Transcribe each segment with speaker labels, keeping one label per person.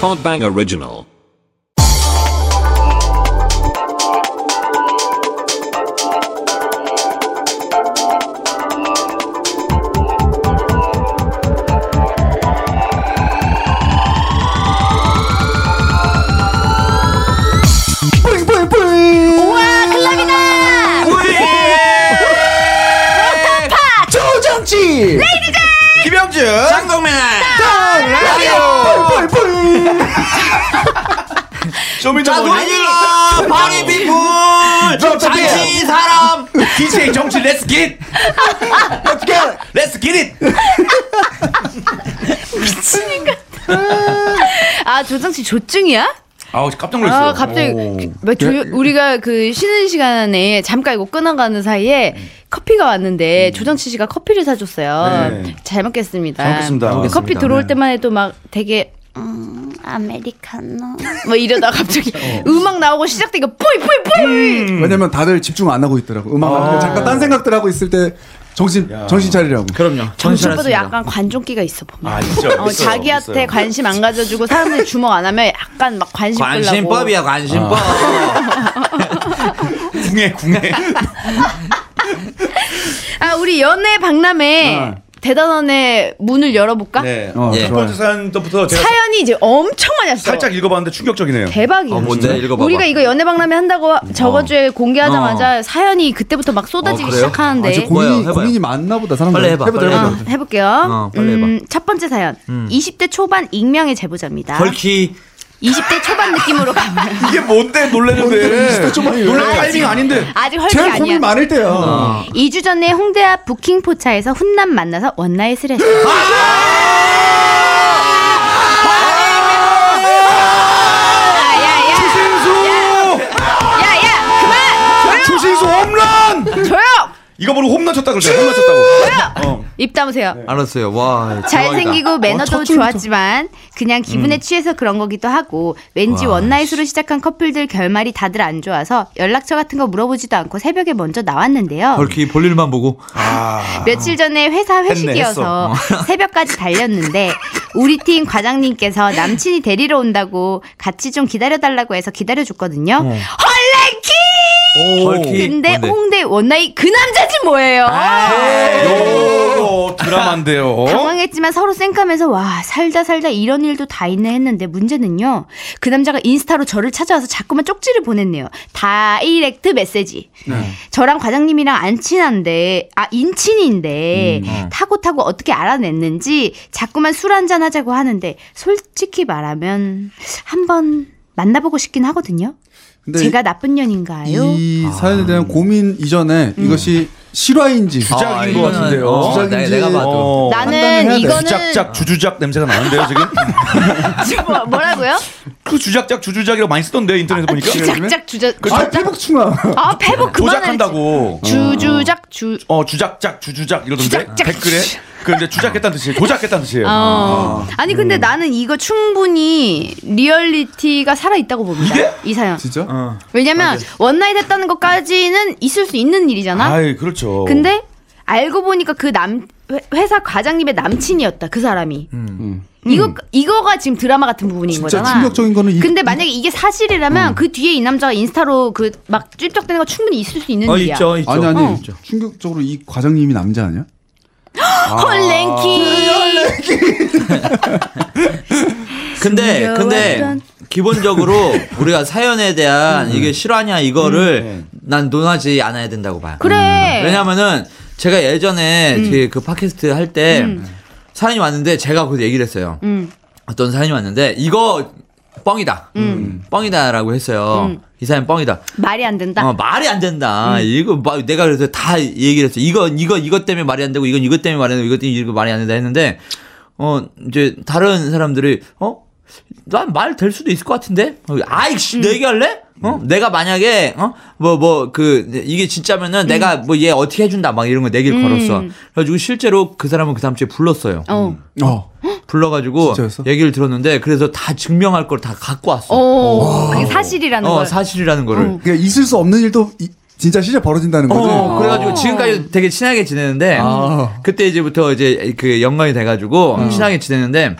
Speaker 1: Podbang Original.
Speaker 2: 와 클럽이다
Speaker 3: 예.
Speaker 4: 조정치
Speaker 5: 김영준
Speaker 3: 장동민
Speaker 4: 라디오 뿔뿔뿔
Speaker 5: 쇼미더
Speaker 3: 자동일러 파리 피플 잔치 사람
Speaker 5: DJ 정치 렛츠 겟
Speaker 4: 어떻게
Speaker 5: 렛츠 겟잇
Speaker 2: 아 조정치 조증이야?
Speaker 5: 아우 깜짝 놀랐어요 예.
Speaker 2: 아 갑자기 막 조, 우리가 그 쉬는 시간에 잠깐 이거 끊어가는 사이에 커피가 왔는데 조정치 씨가 커피를 사줬어요
Speaker 5: 음. 네.
Speaker 2: 잘 먹겠습니다
Speaker 5: 잘 먹겠습니다. 네.
Speaker 2: 그
Speaker 5: 먹겠습니다.
Speaker 2: 커피 들어올 때만 해도 막 되게 음 아메리카노 뭐 이러다 갑자기
Speaker 5: 어.
Speaker 2: 음악 나오고 시작되니까 뿌이 뿌이 뿌이
Speaker 5: 음.
Speaker 4: 음. 왜냐면 다들 집중 안 하고 있더라고 음악
Speaker 3: 아.
Speaker 4: 하니까 잠깐 딴 생각들 하고 있을 때 정신 정신 차리라고
Speaker 3: 그럼요
Speaker 2: 정신보다 약간 관종기가 있어 보면.
Speaker 5: 아 있죠
Speaker 2: 어,
Speaker 5: 있어요,
Speaker 2: 자기한테
Speaker 5: 있어요.
Speaker 2: 관심 안 가져주고 사람들이 주목 안 하면 약간 막 관심 끌려고.
Speaker 3: 관심법이야 관심법
Speaker 5: 아. 궁예 궁예
Speaker 2: 아 우리 연애 박람회 대단원의 문을 열어볼까?
Speaker 5: 네
Speaker 4: 어,
Speaker 3: 예.
Speaker 5: 첫 번째 사연부터 제가
Speaker 2: 사연이 이제 엄청 많이 왔어.
Speaker 5: 살짝 읽어봤는데 충격적이네요
Speaker 2: 대박이에요.
Speaker 3: 어, 뭔데?
Speaker 2: 진짜.
Speaker 3: 읽어봐봐. 어.
Speaker 2: 우리가 이거 연애 박람회 한다고 저거주에 공개하자마자 사연이 그때부터 막 쏟아지기
Speaker 3: 어, 그래요?
Speaker 2: 시작하는데.
Speaker 4: 아주
Speaker 3: 뭐야,
Speaker 4: 고민이,
Speaker 3: 해봐요.
Speaker 4: 고민이 많나 보다 사람들
Speaker 3: 빨리 해봐, 빨리
Speaker 2: 어, 해볼게요. 음,
Speaker 3: 어, 빨리 해봐. 음.
Speaker 2: 첫 번째 사연. 20대 초반 익명의 제보자입니다.
Speaker 3: 벌키
Speaker 2: 20대 초반 느낌으로 가봐요.
Speaker 5: 이게 뭔데
Speaker 4: 뭔데,
Speaker 5: 놀래는데
Speaker 4: 진짜 좀 많이
Speaker 5: 놀랄
Speaker 3: 네.
Speaker 4: 왜?
Speaker 5: 타이밍 아닌데
Speaker 2: 아직 헐게
Speaker 4: 제일
Speaker 2: 아니야.
Speaker 4: 고민 많을 때야
Speaker 2: 2주 전에 홍대 앞 부킹 포차에서 훈남 만나서 원나잇을 했어요.
Speaker 5: 아!
Speaker 2: 아, 야야야
Speaker 5: 조신수
Speaker 2: 야야 그만
Speaker 5: 조신수 홈런
Speaker 2: 조용 조용
Speaker 5: 이거 보고 홈런 쳤다 그러죠 홈런 쳤다고 어.
Speaker 2: 입 담으세요.
Speaker 3: 알았어요 와
Speaker 2: 잘생기고
Speaker 3: 어,
Speaker 2: 매너도
Speaker 4: 첫 줄부터.
Speaker 2: 좋았지만 그냥
Speaker 3: 음.
Speaker 2: 기분에 취해서 그런 거기도 하고 왠지 원나잇으로 시작한 커플들 결말이 다들 안 좋아서 연락처 같은 거 물어보지도 않고 새벽에 먼저 나왔는데요. 아.
Speaker 3: 벌키 아, 볼일만 보고
Speaker 2: 며칠 전에 회사 회식이어서
Speaker 3: 했어.
Speaker 2: 새벽까지 달렸는데 우리 팀 과장님께서 남친이 데리러 온다고 같이 좀 기다려달라고 해서 기다려줬거든요.
Speaker 3: 어.
Speaker 2: 헐랭키!
Speaker 3: 벌키
Speaker 2: 근데 홍대 원나잇 그 남자지 뭐예요?
Speaker 3: 아. 네.
Speaker 5: 요 어, 드라마인데요
Speaker 4: 어?
Speaker 2: 당황했지만 서로 쌩까면서 와 살다 살다 이런 일도 다 있네 했는데 문제는요 그 남자가 인스타로 저를 찾아와서 자꾸만 쪽지를 보냈네요 다이렉트 메시지
Speaker 4: 네.
Speaker 2: 저랑 과장님이랑 안 친한데 아
Speaker 4: 음,
Speaker 2: 인친인데
Speaker 4: 어.
Speaker 2: 타고 타고 어떻게 알아냈는지 자꾸만 술 한잔 하자고 하는데 솔직히 말하면 한번 만나보고 싶긴 하거든요
Speaker 4: 근데
Speaker 2: 제가 나쁜 년인가요?
Speaker 4: 이 사연에 대한 고민 이전에
Speaker 2: 음.
Speaker 4: 이것이 실화인지
Speaker 5: 주작인
Speaker 3: 아,
Speaker 5: 것
Speaker 3: 이거는,
Speaker 5: 같은데요.
Speaker 3: 어,
Speaker 4: 주작인지.
Speaker 3: 내- 내가 봐도
Speaker 5: 어.
Speaker 4: 판단을 해야
Speaker 2: 나는
Speaker 4: 돼.
Speaker 2: 이거는
Speaker 5: 주작작 주주작 냄새가 나는데요 지금
Speaker 2: 지금 뭐- 뭐라고요?
Speaker 5: 그 주작작 주주작이라고 많이 쓰던데 인터넷 보니까
Speaker 2: 짝짝 주저
Speaker 3: 그
Speaker 4: 아 태복충아
Speaker 2: 아 페북 그만해
Speaker 5: 조작한다고
Speaker 2: 주주작 주.
Speaker 5: 어 주작작 주주작 이러던데
Speaker 2: 주작작. 아.
Speaker 5: 댓글에 그 이제 주작했다는 뜻이에요 조작했다는 뜻이에요
Speaker 2: 어. 아니
Speaker 4: 음.
Speaker 2: 근데 나는 이거 충분히 리얼리티가 살아 있다고 봅니다.
Speaker 5: 이게?
Speaker 2: 이 사연.
Speaker 4: 진짜
Speaker 3: 어,
Speaker 4: 아, 네.
Speaker 2: 왜냐면 원나잇 했다는 것까지는 있을 수 있는 일이잖아.
Speaker 5: 아이 그렇죠
Speaker 2: 근데 알고 보니까 그 남 회사 과장님의 남친이었다 그 사람이.
Speaker 3: 음.
Speaker 2: 이거 이거가 지금 드라마 같은 부분인
Speaker 4: 음. 진짜
Speaker 2: 거잖아.
Speaker 4: 충격적인 거는 이- 음.
Speaker 2: 근데 만약에 이게 사실이라면 그 뒤에 이 남자가 인스타로 그 막 찝쩍대는 거 충분히 있을 수 있는
Speaker 3: 어
Speaker 2: 일이야.
Speaker 3: 있죠 있죠
Speaker 4: 아니 아니
Speaker 2: 어.
Speaker 4: 충격적으로 이 과장님이 남자 아니야?
Speaker 2: 헐랭키.
Speaker 3: 근데
Speaker 2: 숨겨왔던-
Speaker 3: 근데 기본적으로 우리가 사연에 대한
Speaker 4: 음.
Speaker 3: 이게 실화냐 이거를 난 논하지 않아야 된다고 봐요.
Speaker 2: 그래.
Speaker 3: 음,
Speaker 2: 음.
Speaker 3: 왜냐면은 제가 예전에 뒤에 그 팟캐스트 할 때 사연이 왔는데 제가 그 얘기를 했어요.
Speaker 2: 음.
Speaker 3: 어떤 사연이 왔는데 이거 뻥이다. 음. 뻥이다라고 했어요.
Speaker 2: 음.
Speaker 3: 이 사연 뻥이다.
Speaker 2: 말이 안 된다.
Speaker 3: 어, 말이 안 된다. 이거 막 내가 그래서 다 얘기를 했어. 이거 이거 이것 때문에 말이 안 되고 이건 이것 때문에 말이 안 되고 이것 때문에 이거 말이 안 된다 했는데 어 이제 다른 사람들이 어난 말 될 수도 있을 것 같은데 어, 아이씨 내 얘기할래? 어
Speaker 4: 음.
Speaker 3: 내가 만약에 어 뭐 뭐 그 이게 진짜면은 내가 뭐 얘 어떻게 해준다 막 이런 거 내기를 걸었어. 그래가지고 실제로 그 사람은 그 다음 주에 음. 불렀어요.
Speaker 2: 어.
Speaker 4: 어
Speaker 3: 불러가지고
Speaker 4: 진짜였어?
Speaker 3: 얘기를 들었는데 그래서 다 증명할 걸 다 갖고 왔어.
Speaker 2: 오, 그게 사실이라는
Speaker 3: 어,
Speaker 2: 걸.
Speaker 3: 사실이라는 거를.
Speaker 4: 그러니까 있을 수 없는 일도 이- 진짜 실제 벌어진다는 거지.
Speaker 3: 어, 그래가지고 지금까지 되게 친하게 지내는데
Speaker 4: 아.
Speaker 2: 음.
Speaker 3: 그때 이제부터 이제 그 연관이 돼가지고 친하게 지내는데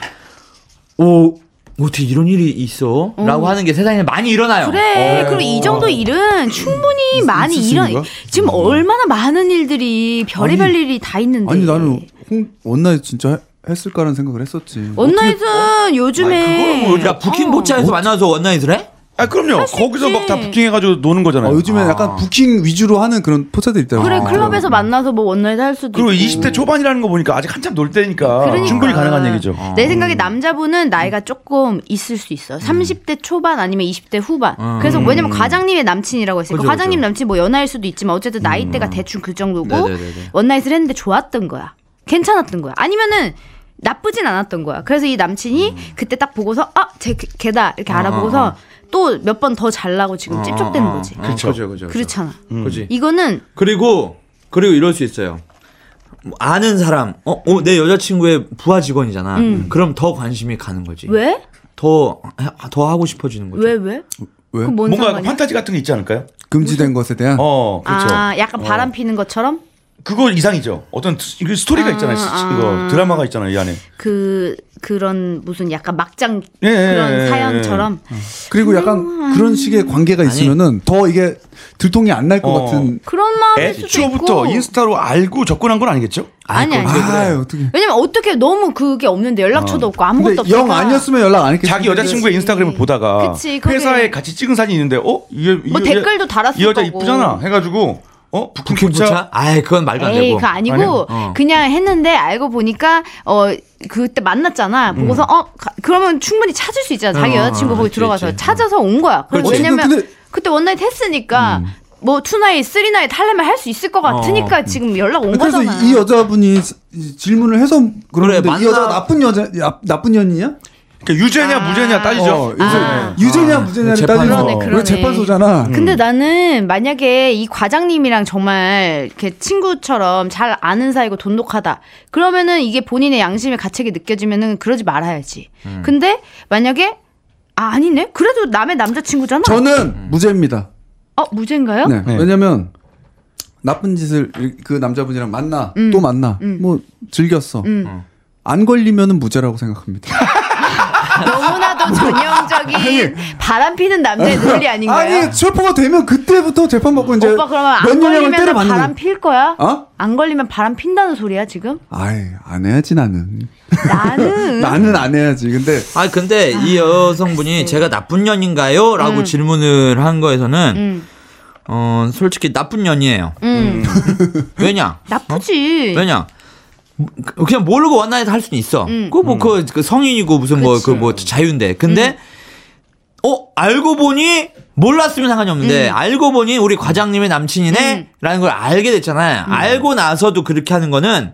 Speaker 3: 오 어떻게 이런 일이 있어? 라고 하는 게 세상에 많이 일어나요.
Speaker 2: 음.
Speaker 3: 어.
Speaker 2: 그래. 그리고 이 정도 일은 충분히 많이
Speaker 4: 있을 수
Speaker 2: 이런
Speaker 4: 있는가?
Speaker 2: 지금 얼마나 많은 일들이 별의별 일이 다 있는데.
Speaker 4: 아니 나는 홍 원나잇 진짜 해- 했을까라는 생각을 했었지.
Speaker 2: 원나잇은 요즘에
Speaker 3: 그거는 뭐, 야,
Speaker 2: 어.
Speaker 3: 부킹 보차에서 만나서 원나잇을 해?
Speaker 5: 아 그럼요. 거기서 막 다 부킹해가지고 노는
Speaker 4: 아,
Speaker 5: 거잖아요.
Speaker 4: 요즘에 약간 부킹 위주로 하는 그런 포차들 있더라고.
Speaker 3: 어.
Speaker 2: 그래 클럽에서 만나서 뭐 원나잇 할 수도
Speaker 5: 그리고
Speaker 2: 있고.
Speaker 5: 20대 초반이라는 거 보니까 아직 한참 놀 때니까
Speaker 2: 그러니까. 어.
Speaker 5: 충분히 가능한 얘기죠.
Speaker 2: 내 생각에 남자분은 나이가 조금 있을 수 있어. 30대 초반 아니면 20대 후반. 그래서 왜냐면 과장님의 남친이라고 했으니까
Speaker 3: 음. 그죠,
Speaker 2: 과장님
Speaker 3: 그죠.
Speaker 2: 남친 뭐 연하일 수도 있지만 어쨌든 나이대가 대충 그 정도고
Speaker 3: 네네네네.
Speaker 2: 원나잇을 했는데 좋았던 거야. 괜찮았던 거야. 아니면은 나쁘진 않았던 거야. 그래서 이
Speaker 3: 음.
Speaker 2: 남친이 그때 딱 보고서 아, 쟤 걔- 걔다
Speaker 3: 어.
Speaker 2: 이렇게 알아보고서 또 몇 번 더 잘나고 지금 찝쩍대는 거지. 음.
Speaker 3: 그렇죠. 그렇죠. 그렇죠.
Speaker 2: 그렇잖아.
Speaker 3: 그렇지.
Speaker 2: 이거는
Speaker 3: 그리고 그리고 이럴 수 있어요. 뭐 아는 사람, 어, 어, 내 여자친구의 부하 직원이잖아. 그럼 더 관심이 가는 거지.
Speaker 2: 음. 왜?
Speaker 3: 더, 더 하고 싶어지는 거지.
Speaker 2: 왜 왜?
Speaker 4: 왜?
Speaker 2: 그건 뭔
Speaker 5: 뭔가 약간
Speaker 2: 상관이야?
Speaker 5: 판타지 같은 게 있지 않을까요?
Speaker 4: 금지된 것에 대한
Speaker 5: 어, 그렇죠.
Speaker 2: 아, 약간 바람
Speaker 3: 어.
Speaker 2: 피는 것처럼?
Speaker 5: 그거 이상이죠. 어떤 스- 이거 스토리가 있잖아요. 스- 이거 드라마가 있잖아요. 이 안에.
Speaker 2: 그 그런 무슨 약간 막장
Speaker 5: 예, 예,
Speaker 2: 그런
Speaker 5: 예, 예.
Speaker 2: 사연처럼
Speaker 4: 그리고
Speaker 2: 음.
Speaker 4: 약간 그런 식의 관계가 있으면은 더 이게 들통이 안 날 것
Speaker 5: 어.
Speaker 4: 같은.
Speaker 2: 아, 네, 그런 마음일 수도
Speaker 5: 애초부터
Speaker 2: 있고
Speaker 5: 인스타로 알고 접근한 건 아니겠죠?
Speaker 2: 아니 아니
Speaker 4: 아 어떻게?
Speaker 2: 왜냐면 어떻게 너무 그게 없는데 연락처도 없고 아무것도 없어
Speaker 4: 근데 영 아니었으면 연락 안 했겠지.
Speaker 5: 자기 여자친구의 인스타그램을 보다가
Speaker 2: 그치, 그게-
Speaker 5: 회사에 같이 찍은 사진이 있는데 어? 이게,
Speaker 2: 뭐 댓글도 달았을
Speaker 5: 이 여자
Speaker 2: 거고.
Speaker 5: 이쁘잖아 해가지고 어? 부킹
Speaker 3: 부킹
Speaker 5: 부차?
Speaker 3: 보차? 아이, 그건 말도 안
Speaker 2: 에이
Speaker 3: 되고.
Speaker 2: 그거
Speaker 5: 아니야?
Speaker 2: 아니고
Speaker 3: 어.
Speaker 2: 그냥 했는데 알고 보니까 어 그때
Speaker 4: 음.
Speaker 2: 만났잖아 보고서 어 가- 그러면 충분히 찾을 수 있잖아 자기
Speaker 3: 어,
Speaker 2: 여자친구
Speaker 3: 어,
Speaker 2: 거기
Speaker 3: 있지,
Speaker 2: 들어가서
Speaker 3: 있지.
Speaker 2: 찾아서 온 거야 그리고
Speaker 4: 그렇지.
Speaker 2: 왜냐면
Speaker 4: 근데- 음.
Speaker 2: 그때 원나잇 했으니까 뭐 투나잇 쓰리나잇 하려면 할 수 있을 것 같으니까 지금 연락 온
Speaker 4: 어. 그래서
Speaker 2: 거잖아
Speaker 4: 이 여자분이 지- 이 질문을 해서 그러는데
Speaker 3: 그래, 만나-
Speaker 4: 이 여자 나쁜 여자 야, 나쁜 년이냐?
Speaker 5: 그러니까 유죄냐
Speaker 2: 아.
Speaker 5: 무죄냐 따지죠.
Speaker 4: 어, 유죄,
Speaker 5: 네. 아.
Speaker 4: 유죄냐 무죄냐를
Speaker 3: 재판.
Speaker 4: 따지는
Speaker 2: 그러네, 그러네.
Speaker 4: 우리 재판소잖아.
Speaker 5: 음.
Speaker 2: 근데 나는 만약에 이 과장님이랑 정말 이렇게 친구처럼 잘 아는 사이고 돈독하다. 그러면은 이게 본인의 양심의 가책이 느껴지면은 그러지 말아야지.
Speaker 4: 음.
Speaker 2: 근데 만약에 아, 아니네? 그래도 남의 남자친구잖아?
Speaker 5: 음.
Speaker 4: 저는 무죄입니다.
Speaker 2: 어, 무죄인가요?
Speaker 4: 네.
Speaker 5: 네.
Speaker 4: 왜냐면 나쁜 짓을 그 남자분이랑 만나
Speaker 2: 음.
Speaker 4: 또 만나 뭐 즐겼어. 안 걸리면은 무죄라고 생각합니다.
Speaker 2: 너무나도 전형적인 바람 피는 남자의 논리 아닌가요?
Speaker 4: 아니 체포가 되면 그때부터 재판 받고 이제
Speaker 2: 오빠 그러면
Speaker 4: 몇
Speaker 2: 안
Speaker 4: 년을
Speaker 2: 걸리면
Speaker 4: 때려받는
Speaker 2: 바람
Speaker 4: 거예요.
Speaker 2: 필 거야?
Speaker 4: 어?
Speaker 2: 안 걸리면 바람 핀다는 소리야 지금?
Speaker 4: 아이 안 해야지 나는.
Speaker 2: 나는
Speaker 4: 나는 안 해야지. 근데
Speaker 3: 아 근데 이 여성분이 제가 나쁜 년인가요? 라고 질문을 한 거에서는 어 솔직히 나쁜 년이에요.
Speaker 2: 음,
Speaker 3: 왜냐?
Speaker 2: 나쁘지.
Speaker 3: 어? 왜냐? 그- 그냥 모르고 원나잇 할 수는 있어. 그거 뭐 그 성인이고 무슨 뭐 그 뭐 자유인데. 근데 어 알고 보니 몰랐으면 상관이 없는데 알고 보니 우리 과장님의 남친이네라는 걸 알게 됐잖아요. 알고 나서도 그렇게 하는 거는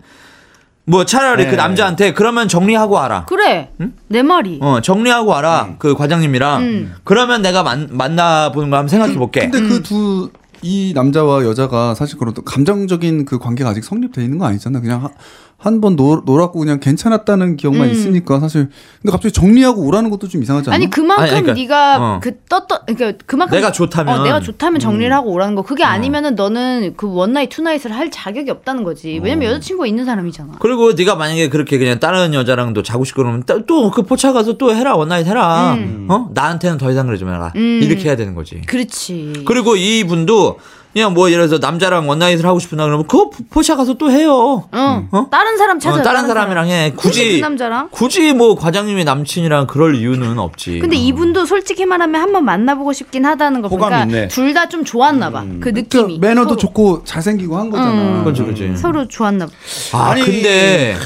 Speaker 3: 뭐 차라리
Speaker 5: 네.
Speaker 3: 그 남자한테 그러면 정리하고 와라.
Speaker 2: 그래 내 말이.
Speaker 3: 어 정리하고 와라 그 과장님이랑
Speaker 2: 음.
Speaker 3: 그러면 내가 만, 만나보는 거 한번 생각해 볼게
Speaker 4: 근데 그 두 이 남자와 여자가 사실 그런 또 감정적인 그 관계가 아직 성립돼 있는 거 아니잖아. 그냥 한 번 놀았고 그냥 괜찮았다는 기억만 있으니까 사실 근데 갑자기 정리하고 오라는 것도 좀 이상하지
Speaker 2: 음.
Speaker 4: 않아?
Speaker 2: 아니 그만큼
Speaker 3: 아니, 그러니까,
Speaker 2: 네가
Speaker 3: 어.
Speaker 2: 그 떴던 그러니까 그만큼
Speaker 3: 내가 좋다면. 음. 어.
Speaker 2: 어, 내가 좋다면 정리를 하고 오라는 거 그게 아니면은 너는 그 원나잇 투나잇을 할 자격이 없다는
Speaker 3: 어.
Speaker 2: 거지 왜냐면 여자친구가 있는 사람이잖아
Speaker 3: 그리고 네가 만약에 그렇게 그냥 다른 여자랑도 자고 싶고 그러면 또 그 포차 가서 또 해라 원나잇 해라
Speaker 2: 음.
Speaker 3: 어 나한테는 더 이상 그러지 마라 이렇게 해야 되는 거지
Speaker 2: 그렇지
Speaker 3: 그리고 이분도 그냥 뭐 예를 들어서 남자랑 원나잇을 하고 싶으나 그러면 그거 포- 포차 가서 또 해요
Speaker 2: 응
Speaker 3: 어?
Speaker 2: 다른 사람
Speaker 3: 어,
Speaker 2: 아, 찾아
Speaker 3: 다른 사람이랑 해
Speaker 2: 굳이,
Speaker 3: 굳이
Speaker 2: 그 남자랑
Speaker 3: 굳이 뭐 과장님의 남친이랑 그럴 이유는 없지
Speaker 2: 근데 이분도 솔직히 말하면 한번 만나보고 싶긴 하다는 거
Speaker 5: 호감이
Speaker 2: 보니까
Speaker 5: 있네.
Speaker 2: 둘 다 좀 좋았나 봐
Speaker 3: 음.
Speaker 2: 그 느낌이
Speaker 4: 그러니까 매너도
Speaker 2: 서로, 음.
Speaker 4: 좋고 잘생기고 한 거잖아.
Speaker 5: 그렇죠,
Speaker 3: 그렇죠, 그렇지 그렇지
Speaker 2: 서로 좋았나 봐
Speaker 3: 아
Speaker 5: 아니.
Speaker 3: 근데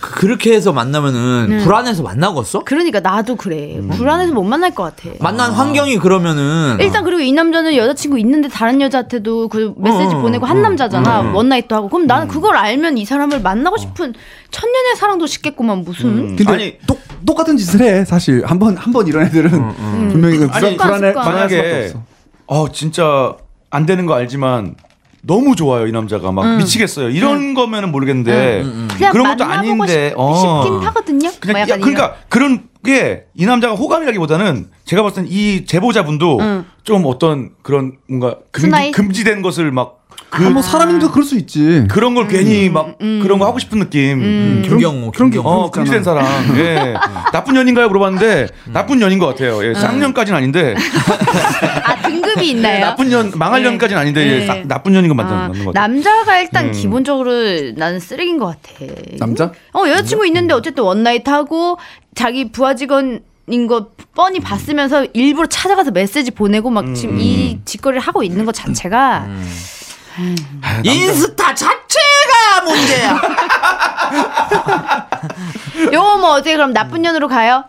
Speaker 3: 그- 그렇게 해서 만나면은
Speaker 2: 네.
Speaker 3: 불안해서 만나겠어?
Speaker 2: 그러니까 나도 그래
Speaker 3: 음.
Speaker 2: 불안해서 못 만날 것 같아
Speaker 3: 만난 환경이
Speaker 5: 음.
Speaker 3: 그러면은
Speaker 2: 일단 그리고 이 남자는 여자친구 있는데 다른 여자한테도 그 메시지
Speaker 5: 음,
Speaker 3: 어, 어,
Speaker 2: 보내고 한 남자잖아 원나잇도 하고 그럼 나는 그걸 알면 이 사람을
Speaker 5: 어.
Speaker 2: 만나고 싶은 천년의 사랑도 싶겠구만 무슨
Speaker 4: 근데
Speaker 5: 아니-
Speaker 4: 똑, 똑같은 짓을 해 사실 한 번 한 번 이런 애들은
Speaker 3: 음,
Speaker 4: 분명히 그
Speaker 5: 아니,
Speaker 4: 불안, 불안해
Speaker 2: 습관,
Speaker 4: 불안할 수밖에
Speaker 5: 만약에
Speaker 4: 없어.
Speaker 5: 어 진짜 안 되는 거 알지만 너무 좋아요 이 남자가 막
Speaker 2: 음.
Speaker 5: 미치겠어요 이런 거면은 모르겠는데
Speaker 2: 그냥
Speaker 5: 그런 것도
Speaker 2: 만나보고
Speaker 5: 아닌데
Speaker 2: 싶,
Speaker 5: 어.
Speaker 2: 싶긴 하거든요
Speaker 5: 그냥
Speaker 2: 뭐
Speaker 5: 야,
Speaker 2: 약간
Speaker 5: 그러니까 그런 게 이 남자가 호감이라기보다는 제가 봤을 땐 이 제보자분도 좀 어떤 그런 뭔가
Speaker 2: 투나잇?
Speaker 5: 금지, 된 것을 막
Speaker 2: 아.
Speaker 4: 뭐 사람이니까 그럴 수 있지.
Speaker 5: 그런 걸
Speaker 2: 음.
Speaker 5: 괜히 막 그런 거 하고 싶은 느낌. 음.
Speaker 3: 김경호,
Speaker 4: 그런 게
Speaker 3: 김경호.
Speaker 5: 어, 금지된 사람. 예. 나쁜 연인가요? 물어봤는데
Speaker 3: 음.
Speaker 5: 나쁜 연인 것 같아요.
Speaker 2: 음.
Speaker 5: 예, 쌍년까지는 아닌데
Speaker 2: 아 등급이 있나요?
Speaker 5: 나쁜 연 망할
Speaker 2: 네.
Speaker 5: 연까지는 아닌데 예,
Speaker 2: 네.
Speaker 5: 싹 나쁜 연인 것 맞는
Speaker 2: 아,
Speaker 5: 맞는 것 같아요.
Speaker 2: 남자가 일단
Speaker 5: 음.
Speaker 2: 기본적으로 나는 쓰레기인 것 같아.
Speaker 4: 남자?
Speaker 2: 어 여자친구 있는데 어쨌든 원나잇 하고 자기 부하 직원. 인거
Speaker 5: 음.
Speaker 2: 뻔히 봤으면서 일부러 찾아가서 메시지 보내고 막 지금
Speaker 5: 음.
Speaker 2: 이 짓거리를 하고 있는 것 자체가
Speaker 3: 인스타 자체가 문제야.
Speaker 2: 요거 뭐 어떻게 그럼
Speaker 5: 음.
Speaker 2: 나쁜 년으로 가요?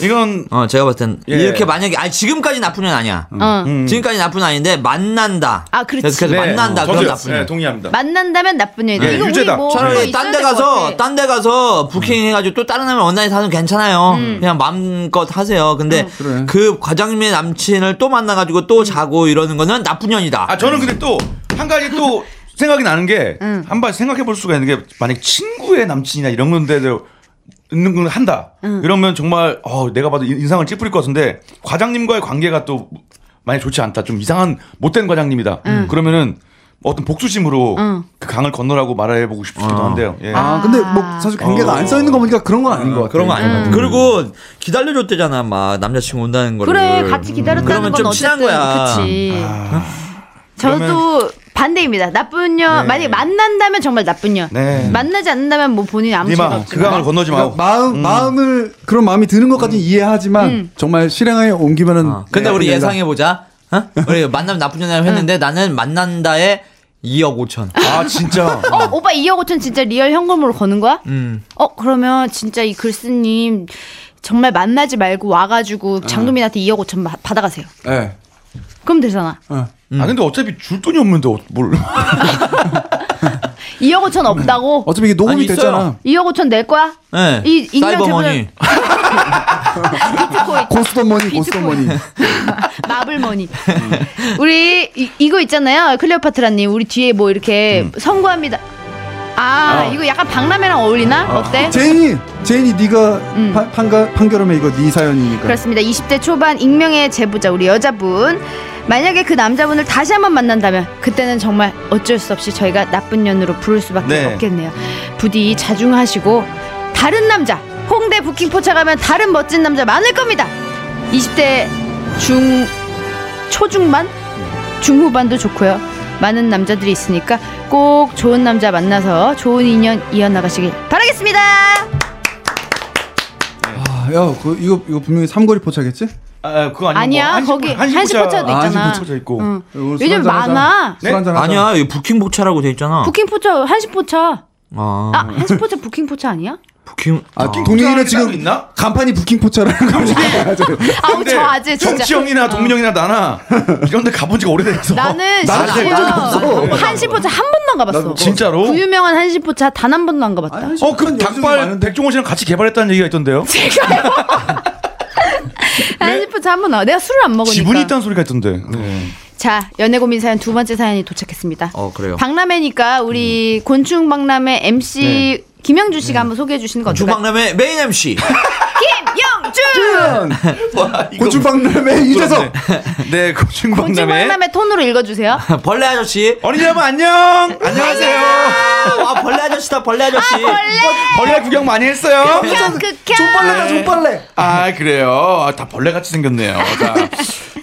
Speaker 5: 이건
Speaker 3: 어, 제가 봤을 땐
Speaker 5: 예.
Speaker 3: 이렇게 만약에 아니 지금까지 나쁜 년 아니야.
Speaker 2: 어.
Speaker 5: 음.
Speaker 3: 지금까지 나쁜 년 아닌데 만난다.
Speaker 2: 아, 그렇지.
Speaker 3: 계속해서
Speaker 5: 네.
Speaker 3: 만난다.
Speaker 5: 어,
Speaker 3: 그럼
Speaker 5: 저도요.
Speaker 3: 나쁜
Speaker 5: 네,
Speaker 3: 년.
Speaker 5: 동의합니다.
Speaker 2: 만난다면 나쁜 년이다.
Speaker 5: 네,
Speaker 2: 이거
Speaker 5: 유죄다.
Speaker 2: 우리 뭐
Speaker 3: 차라리
Speaker 2: 이거 있어야
Speaker 3: 딴 데
Speaker 2: 될것
Speaker 3: 가서
Speaker 2: 같아.
Speaker 3: 딴 데 가서 부킹 해가지고 또 다른 남의 원나잇 하면 괜찮아요.
Speaker 2: 음.
Speaker 3: 그냥 마음껏 하세요. 근데
Speaker 4: 그래.
Speaker 3: 그 과장님의 남친을 또 만나가지고
Speaker 2: 음.
Speaker 3: 또 자고 이러는 거는 나쁜 년이다.
Speaker 5: 아 저는 근데 또 한 가지 또 생각이 나는 게 한 번 생각해 볼 수가 있는 게 만약 친구의 남친이나 이런 건데도 있는 걸 한다 이러면 정말 어 내가 봐도 인- 인상을 찌푸릴 것 같은데 과장님과의 관계가 또 많이 좋지 않다 좀 이상한 못된 과장님이다 그러면은 어떤 복수심으로 그 강을 건너라고 말해보고 싶기도 한데요 예.
Speaker 4: 아, 근데 뭐 사실 관계가 안 써 있는 거 음. 보니까 그런 건 아닌 것 같아.
Speaker 3: 그 음, 그런 거 아닌
Speaker 2: 음.
Speaker 3: 것 같아. 그리고 기다려줬대잖아. 막 남자친구 온다는 거를. 음.
Speaker 2: 그래 같이 기다렸다는
Speaker 3: 그러면
Speaker 2: 건
Speaker 3: 좀 친한
Speaker 2: 어쨌든
Speaker 3: 거야. 아.
Speaker 2: 그치.
Speaker 5: 그러면-
Speaker 2: 저도 반대입니다. 나쁜 년
Speaker 5: 네.
Speaker 2: 만약에 만난다면 정말 나쁜 년.
Speaker 5: 네.
Speaker 2: 만나지 않는다면 뭐 본인이 아무 생각
Speaker 5: 니마 그 강을
Speaker 2: 없지만.
Speaker 5: 건너지 마고
Speaker 4: 그러니까 마음 마음을 그런 마음이 드는 것까지 는 이해하지만
Speaker 2: 음.
Speaker 4: 정말 실행에 옮기면은 네,
Speaker 3: 어. 근데 우리 예상해 보자. 어? 우리 만나면 나쁜 년이
Speaker 2: 네.
Speaker 3: 했는데 나는 만난다에 2억 5천.
Speaker 5: 아 진짜
Speaker 2: 어, 오빠 2억 5천 진짜 리얼 현금으로 거는 거야?
Speaker 3: 음.
Speaker 2: 어, 그러면 진짜 이 글쓰님 정말 만나지 말고 와가지고
Speaker 3: 아.
Speaker 2: 장동민한테 2억 5천 마- 받아가세요.
Speaker 4: 예. 네.
Speaker 2: 그럼 되잖아.
Speaker 3: 어.
Speaker 2: 음.
Speaker 5: 아 근데 어차피 줄 돈이 없는데 어- 뭘
Speaker 2: 2억 5천 없다고?
Speaker 4: 어차피 이게 녹음이
Speaker 3: 아니, 있어요.
Speaker 4: 됐잖아.
Speaker 2: 2억 5천 낼 거야?
Speaker 3: 네.
Speaker 2: 이 익명
Speaker 3: 사이버머니.
Speaker 2: 비트코인.
Speaker 4: 고스톱 머니, 고스톱 머니.
Speaker 2: 마블머니. 우리 이, 이거 있잖아요. 클레오파트라님 우리 뒤에 뭐 이렇게 선고합니다. 아 이거 약간 박람회랑 어울리나? 어때?
Speaker 4: 제인이, 제인이 네가 파- 판가, 판결하면 이거 네
Speaker 2: 음.
Speaker 4: 사연이니까.
Speaker 2: 그렇습니다. 20대 초반 익명의 제보자 우리 여자분. 만약에 그 남자분을 다시 한번 만난다면 그때는 정말 어쩔 수 없이 저희가 나쁜 년으로 부를 수밖에
Speaker 5: 네.
Speaker 2: 없겠네요. 부디 자중하시고 다른 남자 홍대 부킹 포착하면 다른 멋진 남자 많을 겁니다. 20대 중 초중반 중후반도 좋고요. 많은 남자들이 있으니까 꼭 좋은 남자 만나서 좋은 인연 이어나가시길 바라겠습니다.
Speaker 4: 아, 야, 그, 이거, 이거 분명히 삼거리 포착했지?
Speaker 5: 아, 그거 아니고
Speaker 2: 아니야, 거기 한식 포차도
Speaker 5: 아,
Speaker 2: 있잖아.
Speaker 5: 한식 포차 있고
Speaker 2: 응.
Speaker 4: 오늘 술
Speaker 2: 요즘
Speaker 4: 한잔 하자.
Speaker 2: 많아.
Speaker 4: 술 한잔 하자.
Speaker 3: 아니야, 이거 부킹 복차라고 돼 있잖아.
Speaker 2: 부킹 포차 한식 포차.
Speaker 3: 아,
Speaker 2: 아 한식 포차 부킹 포차 아니야?
Speaker 3: 부킹.
Speaker 4: 아,
Speaker 5: 포차라는
Speaker 4: 동민이는
Speaker 5: 게
Speaker 4: 지금
Speaker 5: 따로 있나?
Speaker 4: 간판이 부킹 포차라는 거지.
Speaker 2: 아우 저 아재 진짜. 어.
Speaker 5: 정치 형이나 동민 형이나 나나 이런데 가본 지가 오래돼서
Speaker 2: 나는
Speaker 5: 나는
Speaker 2: 심지어
Speaker 5: 본 적이
Speaker 4: 없어.
Speaker 2: 한식 포차 한 번도 안 가봤어.
Speaker 5: 진짜로?
Speaker 2: 그 유명한 한식 포차 단 한 번도 안 가봤다.
Speaker 5: 어, 그 닭발 백종원 씨랑 같이 개발했다는 얘기가 있던데요.
Speaker 2: 그러니까. 한식 포차 한 번 나와. 내가 술을 안 먹으니까.
Speaker 5: 지분이 있다는 소리가 있던데. 네.
Speaker 2: 자 연애 고민 사연 두 번째 사연이 도착했습니다.
Speaker 3: 어, 그래요. 음.
Speaker 2: 박람회니까 우리 곤충 박람회 MC
Speaker 5: 네.
Speaker 2: 김영주
Speaker 3: 네.
Speaker 2: 씨가 한번 소개해 주시는 거 어떨까요?
Speaker 3: 주방남의 메인 MC.
Speaker 2: 김영주.
Speaker 4: 고추박람회 이재석.
Speaker 5: 네,
Speaker 2: 곤충
Speaker 5: 고충박람회.
Speaker 2: 박람회 톤으로 읽어주세요.
Speaker 3: 벌레 아저씨.
Speaker 5: 어린이 여러분 안녕. 안녕하세요.
Speaker 3: 아, 벌레 아저씨다, 벌레 아저씨.
Speaker 5: 벌레 구경 많이 했어요.
Speaker 4: 존빨래다, 존빨래.
Speaker 5: 아 그래요. 아, 다 벌레 같이 생겼네요. 자,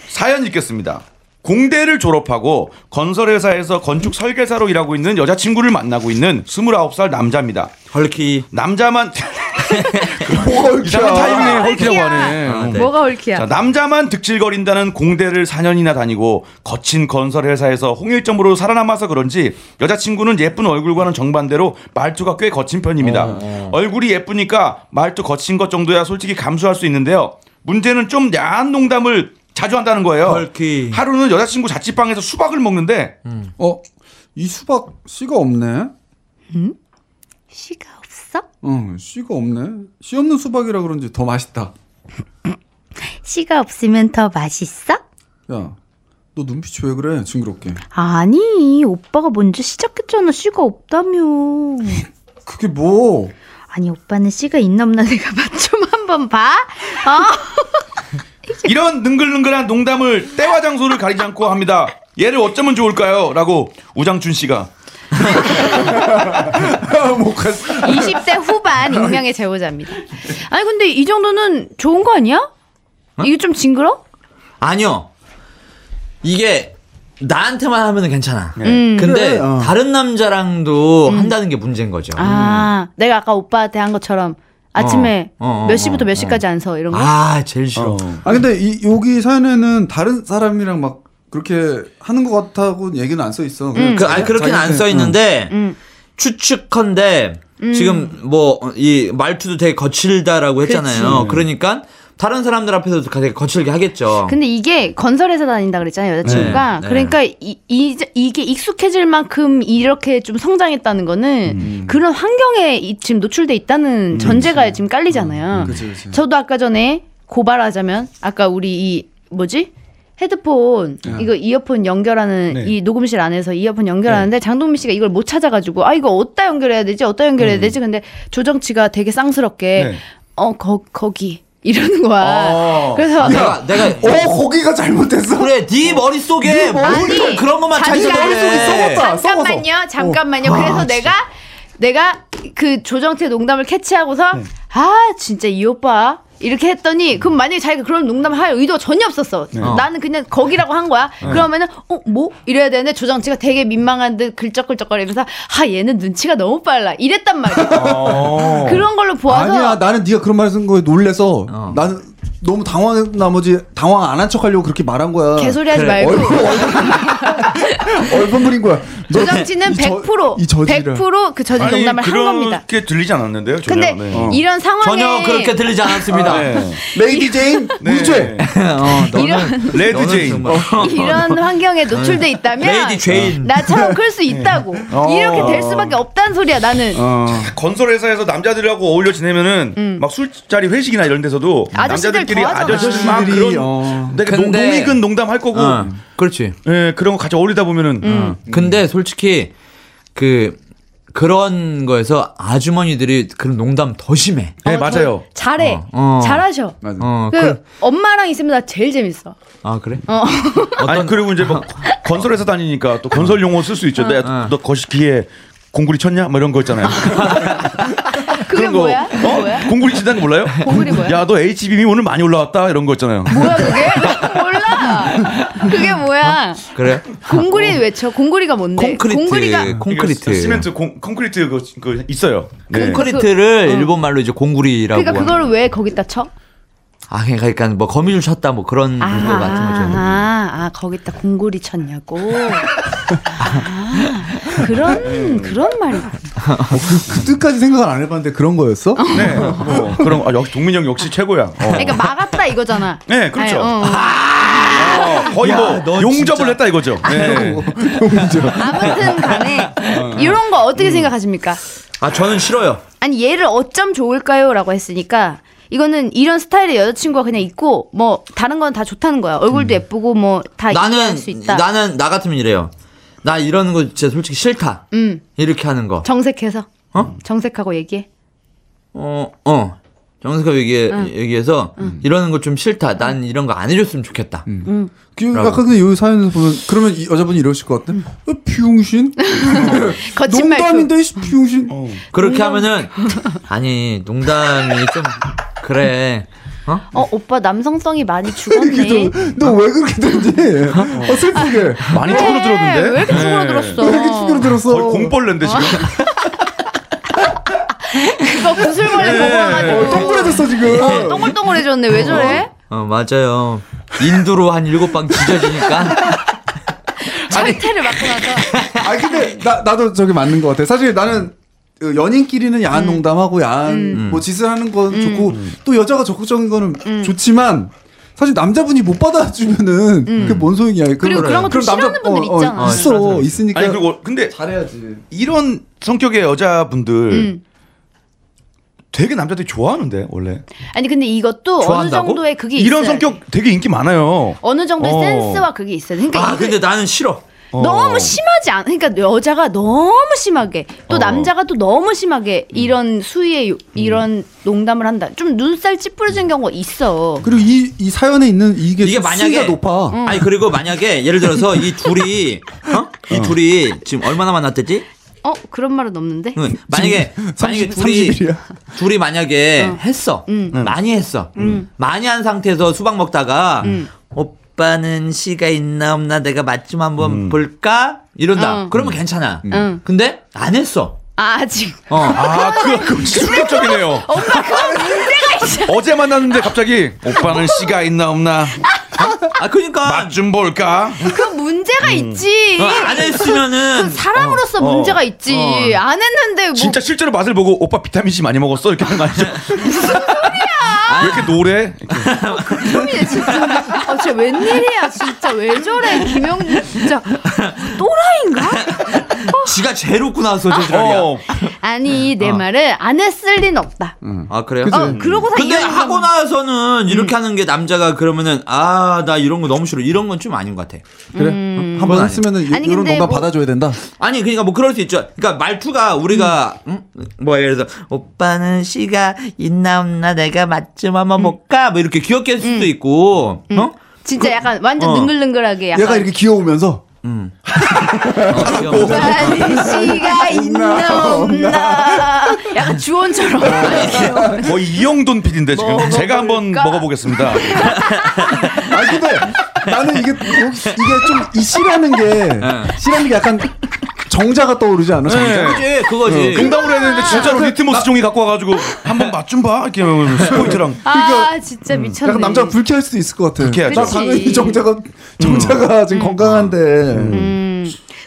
Speaker 5: 사연 읽겠습니다. 공대를 졸업하고 건설회사에서 건축 설계사로 일하고 있는 여자친구를 만나고 있는 29살 남자입니다.
Speaker 3: 벌레키.
Speaker 5: 남자만 이상한
Speaker 4: 헐키야.
Speaker 5: 타이밍에 헐키라고 그렇죠. 하네. 음.
Speaker 3: 아, 네.
Speaker 2: 뭐가 올키야?
Speaker 5: 자, 남자만 득질거린다는 공대를 4년이나 다니고 거친 건설회사에서 홍일점으로 살아남아서 그런지 여자친구는 예쁜 얼굴과는 정반대로 말투가 꽤 거친 편입니다. 얼굴이 예쁘니까 말투 거친 것 정도야 솔직히 감수할 수 있는데요. 문제는 좀 야한 농담을 자주 한다는 거예요.
Speaker 3: 헐키.
Speaker 5: 하루는 여자친구 자취방에서 수박을 먹는데
Speaker 4: 어, 이 수박 씨가 없네.
Speaker 2: 씨가 없어?
Speaker 4: 응, 씨가 없네. 씨 없는 수박이라 그런지 더 맛있다.
Speaker 2: 씨가 없으면 더 맛있어?
Speaker 4: 야, 너 눈빛이 왜 그래? 징그럽게.
Speaker 2: 아니 오빠가 먼저 시작했잖아 씨가 없다며
Speaker 4: 그게 뭐?
Speaker 2: 아니 오빠는 씨가 있나 없나 내가 맛 좀 한번 봐 어?
Speaker 5: 이런 능글능글한 농담을 때와 장소를 가리지 않고 합니다. 얘를 어쩌면 좋을까요? 라고 우장준 씨가
Speaker 2: 20대 후반 익명의 제보자입니다. 아니 근데 이 정도는 좋은 거 아니야?
Speaker 3: 어?
Speaker 2: 이게 좀 징그러?
Speaker 3: 아니요. 이게 나한테만 하면은 괜찮아.
Speaker 2: 음.
Speaker 3: 근데
Speaker 4: 그래, 어.
Speaker 3: 다른 남자랑도 한다는 게 문제인 거죠.
Speaker 2: 아, 내가 아까 오빠한테 한 것처럼 아침에
Speaker 3: 음. 어, 어, 어,
Speaker 2: 몇 시부터
Speaker 3: 어,
Speaker 2: 몇 시까지 안 서 이런 거.
Speaker 3: 아, 제일 싫어.
Speaker 4: 아 근데 이 여기 사연에는 다른 사람이랑 막 그렇게 하는 것 같다고 얘기는 안 써 있어. 음. 그냥
Speaker 3: 그,
Speaker 4: 자기-
Speaker 3: 아니, 그렇게는 안
Speaker 4: 자기한테,
Speaker 3: 써 있는데
Speaker 2: 음.
Speaker 3: 추측컨대 지금 뭐 이 말투도 되게 거칠다라고 했잖아요. 그러니까 다른 사람들 앞에서도 되게 거칠게 하겠죠.
Speaker 2: 근데 이게 건설회사 다닌다 그랬잖아요 여자친구가
Speaker 3: 그렇죠. 네, 네.
Speaker 2: 그러니까 이, 이 이게 익숙해질 만큼 이렇게 좀 성장했다는 거는 그런 환경에 이- 지금 노출돼 있다는 전제가 지금 깔리잖아요.
Speaker 4: 그치, 그치.
Speaker 2: 저도 아까 전에 고발하자면 아까 우리 이 뭐지 헤드폰 이거 이어폰 연결하는 이 녹음실 안에서 이어폰 연결하는데 장동민 씨가 이걸 못 찾아가지고 아 이거 어디다 연결해야 되지 어디다 연결해야 되지 근데 조정치가 되게 쌍스럽게
Speaker 5: 네.
Speaker 2: 어 거, 거기 이러는 거야.
Speaker 5: 어.
Speaker 2: 그래서
Speaker 3: 내가 내가
Speaker 4: 어 거기가 잘못됐어.
Speaker 3: 그래, 네 머릿속에 뭐 그런 것만 잘
Speaker 2: 잠깐,
Speaker 3: 써놓으래.
Speaker 4: 썩었다,
Speaker 2: 잠깐만요,
Speaker 4: 썩어서. 아,
Speaker 2: 잠깐만요. 그래서 내가 내가 그 조정태 농담을 캐치하고서
Speaker 4: 네.
Speaker 2: 아 진짜 이 오빠 이렇게 했더니 그럼 만약에 자기가 그런 농담할 의도 가 전혀 없었어.
Speaker 4: 네.
Speaker 2: 나는 그냥 거기라고 한 거야. 그러면은 어 뭐 이래야 되는데 조정치가 되게 민망한 듯 글적글적거리면서 아 얘는 눈치가 너무 빨라 이랬단 말이야. 그런 걸로 보아서
Speaker 4: 어. 아니야 나는 네가 그런 말 쓴 거에 놀래서 나는 너는 당황한 나머지 당황 안 한 척하려고 그렇게 말한 거야.
Speaker 2: 개소리하지
Speaker 3: 그래,
Speaker 2: 말고
Speaker 4: 얼픈 분인 거야. 너
Speaker 2: 조정치는
Speaker 4: 이 저-
Speaker 2: 100%
Speaker 4: 이 저지를.
Speaker 2: 100%그 저지
Speaker 5: 아니
Speaker 2: 네, 농담을 한 겁니다.
Speaker 5: 그렇게 들리지 않았는데요. 전혀.
Speaker 2: 근데
Speaker 5: 네.
Speaker 2: 이런 상황에
Speaker 3: 전혀 그렇게 들리지 않았습니다.
Speaker 5: 아, 네.
Speaker 4: 레이디 제인 무죄.
Speaker 3: 어, 너는,
Speaker 2: 이런-
Speaker 5: 레드
Speaker 3: 너는
Speaker 5: 제인.
Speaker 3: 정말-
Speaker 2: 이런 환경에 노출돼 있다면
Speaker 3: 아, 네. 레이디 죄인. 네.
Speaker 2: 나처럼 클 수 있다고
Speaker 4: 어.
Speaker 2: 이렇게 될 수밖에 없다는 소리야 나는
Speaker 4: 어.
Speaker 5: 건설회사에서 남자들하고 어울려 지내면은 막 술자리 회식이나 이런 데서도
Speaker 2: 음. 아저씨들
Speaker 5: 남자들끼리
Speaker 2: 더 하잖아.
Speaker 5: 아저씨 막
Speaker 4: 아저씨들이,
Speaker 5: 그런
Speaker 4: 어.
Speaker 5: 내가 농-
Speaker 3: 근데-
Speaker 5: 농익은 농담할 거고
Speaker 3: 어, 그렇지.
Speaker 5: 예, 그런 거 같이 어울리다 보면은
Speaker 2: 음.
Speaker 3: 근데 솔직히 그 그런 거에서 아주머니들이 그런 농담 더 심해.
Speaker 5: 네,
Speaker 2: 어,
Speaker 5: 맞아요.
Speaker 2: 저- 잘해
Speaker 3: 어.
Speaker 2: 잘하셔
Speaker 4: 맞아.
Speaker 3: 어,
Speaker 2: 그
Speaker 3: 그,
Speaker 2: 엄마랑 있으면 나 제일 재밌어
Speaker 3: 아 그래?
Speaker 2: 어.
Speaker 5: 아니 그리고 이제 막 건설회사 다니니까 또 건설 용어 쓸 수 있죠. 내가 너 거시기에 공구리 쳤냐? 뭐 이런 거 있잖아요.
Speaker 2: 그게
Speaker 5: 그런 거.
Speaker 2: 뭐야 그게
Speaker 5: 어?
Speaker 2: 뭐야
Speaker 5: 공구리 친다는 거 몰라요?
Speaker 2: 공구리 뭐야?
Speaker 5: 야, 너 HBM이 오늘 많이 올라왔다. 이런 거 있잖아요.
Speaker 2: 뭐야 그게 나 몰라 그게 뭐야
Speaker 3: 그래?
Speaker 2: 공구리 외쳐 공구리가 뭔데
Speaker 3: 어? 네, 콘크리트.
Speaker 2: 공구리가
Speaker 5: 이거
Speaker 3: 콘크리트.
Speaker 5: 그러니까 시멘트 공, 콘크리트 그, 그 있어요. 네.
Speaker 3: 콘크리트를 일본 말로 이제 공구리라고.
Speaker 2: 어. 그러니까
Speaker 3: 하는
Speaker 2: 그걸 왜 거기다 쳐?
Speaker 3: 아 그러니까, 그러니까 뭐 거미줄 쳤다 뭐 그런
Speaker 2: 아,
Speaker 3: 문구 같은 거죠.
Speaker 2: 아, 아, 거기다 공구리 쳤냐고. 아,
Speaker 3: 네.
Speaker 2: 그런 그런 말이야.
Speaker 4: 그때까지 생각을 안 해봤는데 그런 거였어?
Speaker 5: 네. 뭐 그런 거. 아, 역시 동민 형 역시 최고야. 어.
Speaker 2: 그러니까 막았다 이거잖아.
Speaker 5: 네, 그렇죠.
Speaker 2: 아니, 어.
Speaker 5: 어, 거의 뭐 용접을 했다 이거죠. 네.
Speaker 2: 아무튼 간에 이런 거 어떻게 생각하십니까?
Speaker 3: 아 저는 싫어요.
Speaker 2: 아니 얘를 어쩜 좋을까요? 라고 했으니까 이거는 이런 스타일의 여자친구가 그냥 있고 뭐 다른 건 다 좋다는 거야. 얼굴도 예쁘고 뭐 다
Speaker 3: 나는
Speaker 2: 이해할 수 있다.
Speaker 3: 나는 나 같으면 이래요. 나 이러는 거 진짜 솔직히 싫다.
Speaker 2: 음.
Speaker 3: 이렇게 하는 거.
Speaker 2: 정색해서
Speaker 3: 어?
Speaker 2: 정색하고 얘기해.
Speaker 3: 어, 어. 정석엽 얘기, 얘기해서 이러는 거 좀 싫다. 난 이런 거 안 해줬으면 좋겠다.
Speaker 4: 그 아까 근데 요 사연에서 보면 그러면 이 여자분이 이러실 것 같아. 어, 비용신?
Speaker 2: 거짓말 표-
Speaker 4: 농담인데 이씨, 비용신.
Speaker 3: 그렇게 하면은 아니 농담이 좀 그래. 어?
Speaker 2: 어 오빠 남성성이 많이
Speaker 4: 이게
Speaker 2: 죽었네.
Speaker 4: 너왜 그렇게 되니? 어, 슬프게. 왜
Speaker 5: 많이 축으로 들었는데.
Speaker 2: 왜 이렇게 죽으로
Speaker 5: 네.
Speaker 2: 들었어?
Speaker 4: 이렇게 충격을 들었어?
Speaker 5: 거의 아, 공벌레인데 지금.
Speaker 2: 그거 구슬벌레 먹어가지고
Speaker 4: 동그래졌어 지금.
Speaker 2: 네. 어, 동글동글해졌네. 왜 저래?
Speaker 3: 어 맞아요. 인두로 한 일곱 방 찢어지니까.
Speaker 2: 철퇴를 맞고 나서.
Speaker 4: 아 근데 나 나도 저게 맞는 것 같아. 사실 나는 그 연인끼리는
Speaker 2: 음.
Speaker 4: 야한 농담하고 야한 뭐 짓을 하는 건 좋고 또 여자가 적극적인 거는
Speaker 2: 음.
Speaker 4: 좋지만 사실 남자분이 못 받아주면은 그게 뭔 소용이야.
Speaker 2: 음. 그리고 그런 것도 싫어하는 분들
Speaker 4: 어,
Speaker 2: 있잖아.
Speaker 4: 어, 있어 있으니까
Speaker 5: 아니 그리고 근데
Speaker 4: 잘해야지.
Speaker 5: 이런 성격의 여자분들
Speaker 2: 음.
Speaker 5: 되게 남자들이 좋아하는데 원래
Speaker 2: 아니 근데 이것도
Speaker 3: 좋아한다고?
Speaker 2: 어느 정도의 그게 있어요.
Speaker 5: 이런 성격 되게 인기 많아요.
Speaker 2: 어느 정도의
Speaker 5: 어.
Speaker 2: 센스와 그게 있어요. 그러니까
Speaker 3: 아
Speaker 2: 이거-
Speaker 3: 근데 나는 싫어.
Speaker 2: 너무 심하지 않. 그러니까 여자가 너무 심하게
Speaker 3: 어.
Speaker 2: 또 남자가 또 너무 심하게
Speaker 3: 음.
Speaker 2: 이런 수위에 요- 이런 농담을 한다. 좀 눈살
Speaker 3: 음.
Speaker 2: 찌푸려진 경우가 있어.
Speaker 4: 그리고 이, 이 사연에 있는 이게,
Speaker 3: 이게 만약에 음.
Speaker 4: 수위가 높아.
Speaker 3: 아니 그리고 만약에 예를 들어서 이 둘이 어? 이 둘이 지금 얼마나 만났댔지?
Speaker 2: 어 그런 말은 없는데.
Speaker 3: 응, 만약에 만약에
Speaker 4: 30,
Speaker 3: 둘이
Speaker 4: 30일이야.
Speaker 3: 둘이 만약에 했어 많이 했어 많이 한 상태에서 수박 먹다가 오빠는 시가 있나 없나 내가 맛 좀 한번
Speaker 4: 음.
Speaker 3: 볼까 이런다
Speaker 2: 응.
Speaker 3: 그러면 괜찮아
Speaker 2: 응.
Speaker 3: 근데 안 했어
Speaker 2: 아 아직.
Speaker 3: 어
Speaker 5: 아, 그거, 그거 충격적이네요.
Speaker 2: 오빠 그건 문제가 있어.
Speaker 5: 어제 만났는데 갑자기 오빠는 씨가 있나 없나
Speaker 3: 아, 그러니까
Speaker 5: 맛 좀 볼까?
Speaker 2: 그건 문제가 있지.
Speaker 3: 어, 안
Speaker 2: 그건
Speaker 3: 했으면은
Speaker 2: 사람으로서
Speaker 5: 어.
Speaker 2: 문제가 있지.
Speaker 3: 음. 어.
Speaker 2: 안 했는데 뭐
Speaker 5: 진짜 실제로 맛을 보고 오빠 비타민 C 많이 먹었어 이렇게 하는 거 아니죠? 왜 이렇게 노래?
Speaker 2: 큰일이야 진짜. 아 진짜 웬일이야 진짜 왜 저래 김영준 진짜 또라이인가?
Speaker 3: 지가 제일 웃고 나서
Speaker 4: 아,
Speaker 3: 저 자리야
Speaker 5: 어,
Speaker 2: 아니 내 말을 안 했을 리는 없다.
Speaker 3: 아 그래요?
Speaker 4: 그죠?
Speaker 2: 어,
Speaker 4: 네. 어. 음.
Speaker 2: 그러고서
Speaker 3: 근데
Speaker 2: 이혼한
Speaker 3: 하고
Speaker 2: 거면-
Speaker 3: 나서는 이렇게 하는 게 남자가 그러면은 아 나 이런 거 너무 싫어 이런 건 좀 아닌 것 같아.
Speaker 4: 그래.
Speaker 3: 한번
Speaker 4: 한번 했으면은
Speaker 2: 음. 아니,
Speaker 4: 이런
Speaker 2: 근데
Speaker 4: 건가
Speaker 2: 뭐-
Speaker 4: 받아줘야 된다.
Speaker 3: 아니 그러니까 뭐 그럴 수 있죠. 그러니까 말투가 우리가 음? 뭐 예를 들어 오빠는 씨가 있나 없나 내가 맛 좀 한번 볼까 뭐 이렇게 귀엽게 할 수도 있고 어?
Speaker 2: 진짜 약간 완전
Speaker 3: 어.
Speaker 2: 능글능글하게 약간
Speaker 4: 그 얘가 이렇게 귀여우면서
Speaker 3: 어, 귀여운데?
Speaker 2: 아니 씨가 있나 없나 약간 주원처럼
Speaker 4: 그러니까
Speaker 5: 거의 이영돈 PD인데 지금
Speaker 2: 먹어볼까?
Speaker 5: 제가 한번 먹어보겠습니다.
Speaker 4: 아니 근데 나는 이게 이게 좀 이 씨라는 게 씨라는 게 약간 정자가 떠오르지 않아?
Speaker 5: 네.
Speaker 2: 네.
Speaker 4: 정자.
Speaker 3: 그거지 그거지.
Speaker 5: 농담으로 했는데 진짜로 리트모스 종이 갖고 와가지고 네. 한번 맛 좀 봐. 이렇게 하면 스포이트랑
Speaker 2: 아 진짜 미쳤네
Speaker 4: 음. 약간 남자가 불쾌할 수도 있을 것 같아.
Speaker 5: 불쾌하죠.
Speaker 4: 나 당연히
Speaker 2: 그치.
Speaker 4: 정자가 정자가 지금 건강한데.
Speaker 2: 음.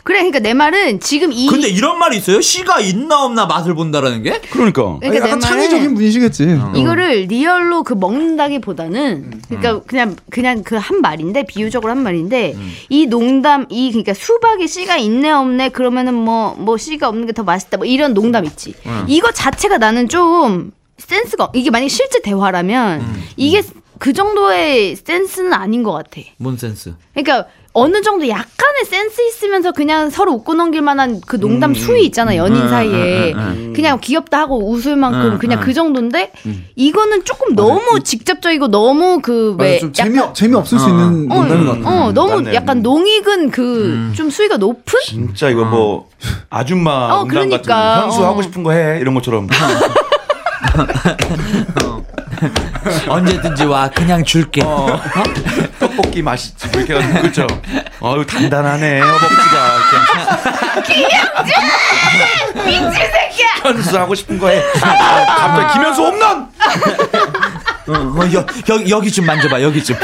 Speaker 2: 그래 그러니까 내 말은 지금 이
Speaker 3: 근데 이런 말이 있어요? 씨가 있나 없나 맛을 본다라는 게?
Speaker 5: 그러니까
Speaker 4: 아니,
Speaker 2: 그러니까
Speaker 4: 약간
Speaker 2: 내 말은
Speaker 4: 창의적인 분이시겠지. 어.
Speaker 2: 이거를 리얼로 그 먹는다기보다는 그러니까 그냥 그냥 그 한 말인데 비유적으로 한 말인데 이 농담 이 그러니까 수박에 씨가 있네 없네 그러면은 뭐 뭐 씨가 없는 게 더 맛있다 뭐 이런 농담 있지 이거 자체가 나는 좀 센스가 이게 만약 에 실제 대화라면 이게 그 정도의 센스는 아닌 것 같아.
Speaker 3: 뭔 센스?
Speaker 2: 그러니까 어느 정도 약간의 센스 있으면서 그냥 서로 웃고 넘길 만한 그
Speaker 4: 음,
Speaker 2: 농담 수위 있잖아 연인 사이에 그냥 귀엽다 하고 웃을 만큼
Speaker 3: 음,
Speaker 2: 그냥
Speaker 3: 음.
Speaker 2: 그 정도인데 이거는 조금 너무 직접적이고 너무
Speaker 4: 음. 맞아,
Speaker 2: 그왜
Speaker 4: 좀 재미 재미 없을 수 있는
Speaker 2: 어,
Speaker 4: 논담인 것 음. 같아.
Speaker 2: 어, 너무
Speaker 5: 맞네.
Speaker 2: 약간 농익은 그 좀 수위가 높은
Speaker 5: 진짜 이거 뭐 아줌마
Speaker 2: 어,
Speaker 5: 농담
Speaker 2: 그러니까.
Speaker 5: 같은 거, 현수
Speaker 2: 어.
Speaker 5: 하고 싶은 거 해 이런 것처럼
Speaker 3: 언제든지 와 그냥 줄게.
Speaker 5: 어. 떡볶이 맛있지 뭐 이렇게 해가지고 그죠? 어유 단단하네 허벅지가 이렇게
Speaker 2: 미친 새끼야
Speaker 5: 현수 하고 싶은 거 해. 아, 갑자기 김현수 홈런.
Speaker 3: 어, 어, 여, 여, 여기 좀 만져봐 여기 좀.
Speaker 2: 아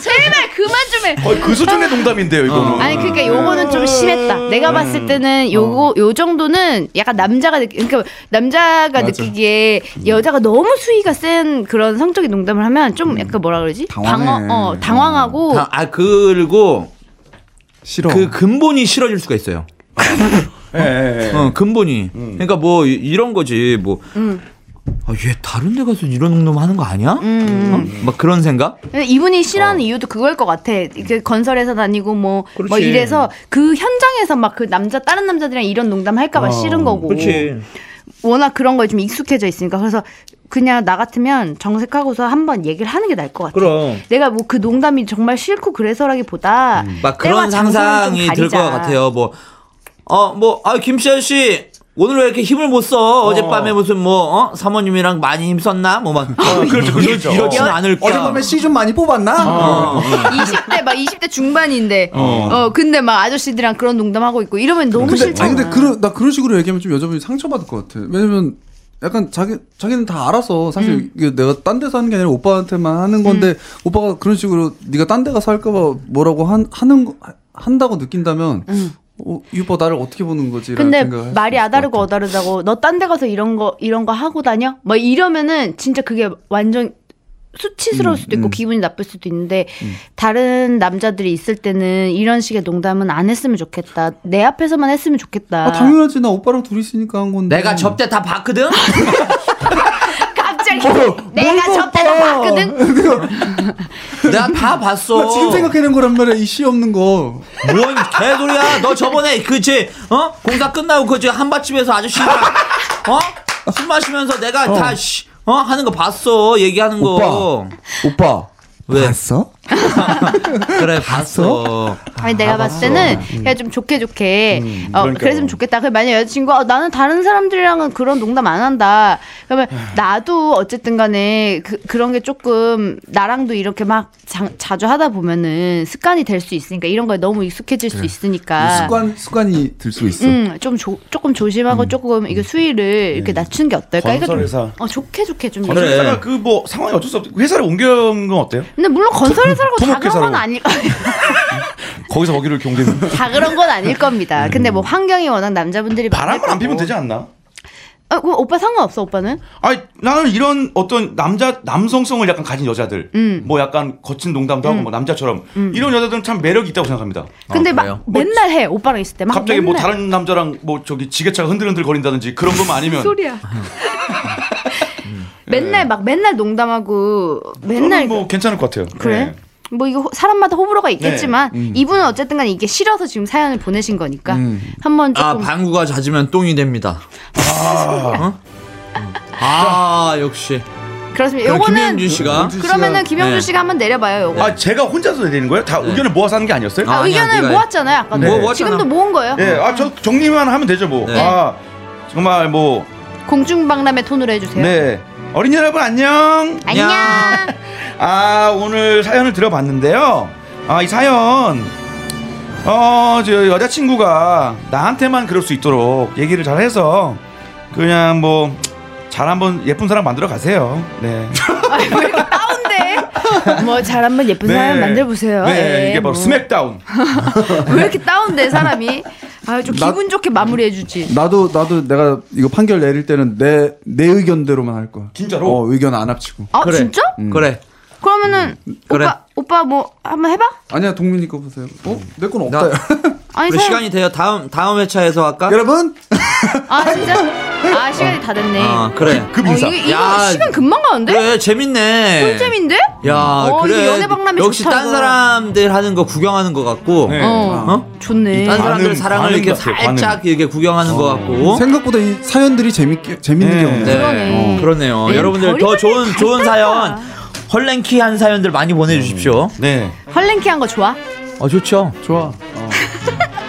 Speaker 2: 제발 그만 좀해
Speaker 5: 거의 그 수준의 농담인데요 이거는.
Speaker 2: 아니 그러니까 요거는 좀 심했다. 내가 봤을 때는 요거 요 정도는 약간 남자가 느끼 그러니까 남자가
Speaker 4: 맞아.
Speaker 2: 느끼기에 여자가 너무 수위가 센 그런 성적인 농담을 하면 좀 약간 뭐라 그러지?
Speaker 4: 당황해.
Speaker 2: 당황 어 당황하고
Speaker 3: 다- 아 그리고
Speaker 4: 싫어.
Speaker 3: 그 근본이 싫어질 수가 있어요.
Speaker 5: 예, 예, 예.
Speaker 3: 어, 근본이. 그러니까 뭐 이- 이런 거지. 뭐.
Speaker 2: 음.
Speaker 3: 아, 얘 다른 데 가서 이런 농담 하는 거 아니야?
Speaker 2: 음.
Speaker 3: 어? 막 그런 생각?
Speaker 2: 근데 이분이 싫어하는 이유도 그거일 것 같아. 이렇게 건설회사 다니고 뭐 뭐
Speaker 3: 그렇지.
Speaker 2: 이래서 그 현장에서 막 그 남자 다른 남자들이랑 이런 농담 할까봐 싫은 거고. 워낙 그런 거에 좀 익숙해져 있으니까 그래서 그냥 나 같으면 정색하고서 한번 얘기를 하는 게 나을 것 같아.
Speaker 3: 그럼.
Speaker 2: 내가 뭐 그 농담이 정말 싫고 그래서라기보다
Speaker 4: 음.
Speaker 3: 막
Speaker 2: 때와
Speaker 3: 그런
Speaker 2: 장소는
Speaker 3: 상상이
Speaker 2: 좀
Speaker 3: 들 것
Speaker 2: 가리자.
Speaker 3: 같아요. 뭐, 어, 뭐, 아, 김씨 아저씨, 오늘 왜 이렇게 힘을 못 써? 어젯밤에 무슨 뭐, 어? 사모님이랑 많이 힘썼나? 뭐 막.
Speaker 5: 그렇죠, 그렇죠. 어.
Speaker 3: 이렇진 않을 거야.
Speaker 4: 어젯밤에 씨 좀 많이 뽑았나?
Speaker 2: 어.
Speaker 3: 음.
Speaker 2: 20대 막 20대 중반인데 어. 근데 막 아저씨들이랑 그런 농담하고 있고 이러면 너무
Speaker 4: 근데
Speaker 2: 싫잖아.
Speaker 4: 아니, 근데 그런 나 그런 식으로 얘기하면 좀 여자분이 상처받을 것 같아. 왜냐면 약간 자기 자기는 다 알아서 사실
Speaker 2: 음.
Speaker 4: 이게 내가 딴 데서 하는 게 아니라 오빠한테만 하는 건데 오빠가 그런 식으로 네가 딴 데 가서 할까봐 뭐라고 한 하는 거- 한다고 느낀다면 어, 이 오빠 나를 어떻게 보는 거지?
Speaker 2: 음. 근데 말이 아다르고 어다르다고 너 딴 데 가서 이런 거 이런 거 하고 다녀? 뭐 이러면은 진짜 그게 완전
Speaker 4: 음,
Speaker 2: 수치스러울 수도 있고 기분이 나쁠 수도 있는데 다른 남자들이 있을 때는 이런 식의 농담은 안 했으면 좋겠다. 내 앞에서만 했으면 좋겠다.
Speaker 4: 아, 당연하지 나 오빠랑 둘이 있으니까 한 건데.
Speaker 3: 내가 접대 다 봤거든?
Speaker 4: 어,
Speaker 2: 갑자기 내가
Speaker 4: 뭘 봐,
Speaker 2: 내가
Speaker 4: 어.
Speaker 2: 봤거든.
Speaker 3: 내가 다 봤어.
Speaker 4: 나 지금 생각해낸 거란 말이야 이 시 없는 거.
Speaker 3: 뭔 개소리야. 너 저번에 그치 어 공사 끝나고 그지 한밭집에서 아저씨랑 어술 마시면서 내가 다 씨, 어 하는 거 봤어. 얘기하는 거.
Speaker 4: 오빠.
Speaker 3: 왜?
Speaker 4: 봤어?
Speaker 3: 그래 봤어.
Speaker 2: 아니, 내가 봤을 때는 그냥 좀 좋게 좋게 어,
Speaker 5: 음. 그러니까요.
Speaker 2: 그랬으면 좋겠다. 그 만약 여자친구가 어, 나는 다른 사람들이랑은 그런 농담 안 한다. 그러면
Speaker 5: 아.
Speaker 2: 나도 어쨌든 간에 그, 그런 게 조금 나랑도 이렇게 막 자, 자주 하다 보면은 습관이 될 수 있으니까 이런 거에 너무 익숙해질 수 있으니까
Speaker 4: 습관 습관이 들 수 있어.
Speaker 2: 음, 좀 조, 조금 조심하고 조금 이게 수위를 이렇게 낮추는 게 어떨까? 이거 좀
Speaker 5: 음. 예. 건설회사.
Speaker 2: 어, 좋게 좋게 좀
Speaker 3: 그래.
Speaker 2: 얘기해.
Speaker 5: 회사가 그 뭐 상황이 어쩔 수 없지. 회사를 옮겨온 건 어때요?
Speaker 2: 근데 물론 건설회사라고 다 그런
Speaker 5: 토목회사라고.
Speaker 2: 건 아닐
Speaker 5: 거기서 거기를 경쟁.
Speaker 2: 다 그런 건 아닐 겁니다. 근데 뭐 환경이 워낙 남자분들이 많을
Speaker 5: 음. 바람을 안
Speaker 2: 거고.
Speaker 5: 피면 되지 않나?
Speaker 2: 아, 그럼 오빠 상관없어 오빠는?
Speaker 5: 아니 나는 이런 어떤 남자 남성성을 약간 가진 여자들,
Speaker 2: 음.
Speaker 5: 뭐 약간 거친 농담도 하고 뭐 남자처럼 이런 여자들은 참 매력이 있다고 생각합니다.
Speaker 2: 근데
Speaker 3: 아, 그래요?
Speaker 2: 막 맨날 해 오빠랑 있을 때막
Speaker 5: 갑자기
Speaker 2: 맨날.
Speaker 5: 뭐 다른 남자랑 뭐 저기 지게차가 흔들흔들 거린다든지 그런 것만 아니면
Speaker 2: 소리야.
Speaker 3: 음.
Speaker 2: 맨날
Speaker 3: 예.
Speaker 2: 막 맨날 농담하고 맨날
Speaker 5: 저는 뭐 괜찮을 것 같아요.
Speaker 2: 그래?
Speaker 5: 네.
Speaker 3: 예.
Speaker 2: 뭐 이거 호- 사람마다 호불호가 있겠지만
Speaker 3: 네. 음.
Speaker 2: 이분은 어쨌든 간에 이게 싫어서 지금 사연을 보내신 거니까 한번
Speaker 3: 아
Speaker 2: 조금
Speaker 3: 방구가 잦으면 똥이 됩니다. 아, 어? 아 역시.
Speaker 2: 그렇습니다.
Speaker 3: 그럼
Speaker 2: 요거는
Speaker 3: 김현준 씨가
Speaker 2: 그러면은 김영준
Speaker 3: 네.
Speaker 2: 씨가 한번 내려봐요. 요거.
Speaker 5: 아 제가 혼자서 내리는 거예요? 다 의견을 모아서 하는 게 아니었어요?
Speaker 2: 아,
Speaker 3: 아니야,
Speaker 2: 의견을
Speaker 3: 네가 해.
Speaker 2: 모았잖아요. 아까
Speaker 3: 네.
Speaker 2: 도
Speaker 3: 모았잖아.
Speaker 2: 지금도 모은 거예요.
Speaker 5: 예, 아 저 정리만 하면 되죠 뭐.
Speaker 3: 네.
Speaker 5: 아 정말 뭐
Speaker 2: 공중박람회 톤으로 해주세요.
Speaker 5: 네. 어린이 여러분 안녕.
Speaker 2: 안녕.
Speaker 5: 아 오늘 사연을 들어봤는데요. 아 이 사연 어저 여자친구가 나한테만 그럴 수 있도록 얘기를 잘해서 그냥 뭐 잘 한번 예쁜 사람 만들어 가세요. 네.
Speaker 2: 왜 이렇게 다운돼? 뭐 잘 한번 예쁜 사람
Speaker 5: 네.
Speaker 2: 만들어 보세요. 예, 뭐.
Speaker 5: 네, 이게 바로 스맥다운.
Speaker 2: 왜 이렇게 다운돼 사람이? 아 좀
Speaker 4: 나-
Speaker 2: 기분 좋게 마무리해주지.
Speaker 4: 나도 나도 내가 이거 판결 내릴 때는 내 내 의견대로만 할 거야.
Speaker 5: 진짜로?
Speaker 4: 어, 의견 안 합치고.
Speaker 2: 아
Speaker 3: 그래.
Speaker 2: 진짜?
Speaker 3: 그래.
Speaker 2: 그러면은
Speaker 3: 그래.
Speaker 2: 오빠 오빠 뭐 한번 해봐.
Speaker 4: 아니야 동민이 거 보세요. 어? 내 건
Speaker 3: 나-
Speaker 4: 없다.
Speaker 2: 아니
Speaker 3: 우리
Speaker 2: 사연-
Speaker 3: 시간이 돼요. 다음 다음 회차에서 할까?
Speaker 4: 여러분
Speaker 2: 아 진짜? 아 시간이 다 됐네.
Speaker 3: 아 그래.
Speaker 5: 급
Speaker 2: 어,
Speaker 5: 인사.
Speaker 2: 이거, 이거
Speaker 3: 야.
Speaker 2: 시간 금방 가는데?
Speaker 3: 그래 재밌네.
Speaker 2: 꿀잼인데?
Speaker 3: 야
Speaker 2: 어,
Speaker 3: 그래.
Speaker 2: 이거 연애 박람회
Speaker 3: 역시
Speaker 2: 좋다,
Speaker 3: 딴
Speaker 2: 이거.
Speaker 3: 사람들 하는 거 구경하는 거 같고.
Speaker 5: 네.
Speaker 2: 어,
Speaker 3: 어?
Speaker 2: 좋네.
Speaker 3: 딴 사람들
Speaker 5: 반응,
Speaker 3: 사랑을
Speaker 5: 반응 어.
Speaker 3: 이렇게
Speaker 5: 같아요,
Speaker 3: 살짝 이렇게 구경하는 것 같고.
Speaker 4: 생각보다 이 사연들이 재밌게 재밌는
Speaker 5: 네.
Speaker 4: 게 없네.
Speaker 3: 어? 네.
Speaker 2: 그러네.
Speaker 3: 어, 그러네요.
Speaker 2: 네,
Speaker 3: 여러분들 더
Speaker 2: 거리감이
Speaker 3: 좋은 좋은 사연 헐랭키한 사연들 많이 보내주십시오.
Speaker 5: 네.
Speaker 2: 헐랭키한 거 좋아?
Speaker 3: 어 좋죠.
Speaker 4: 좋아.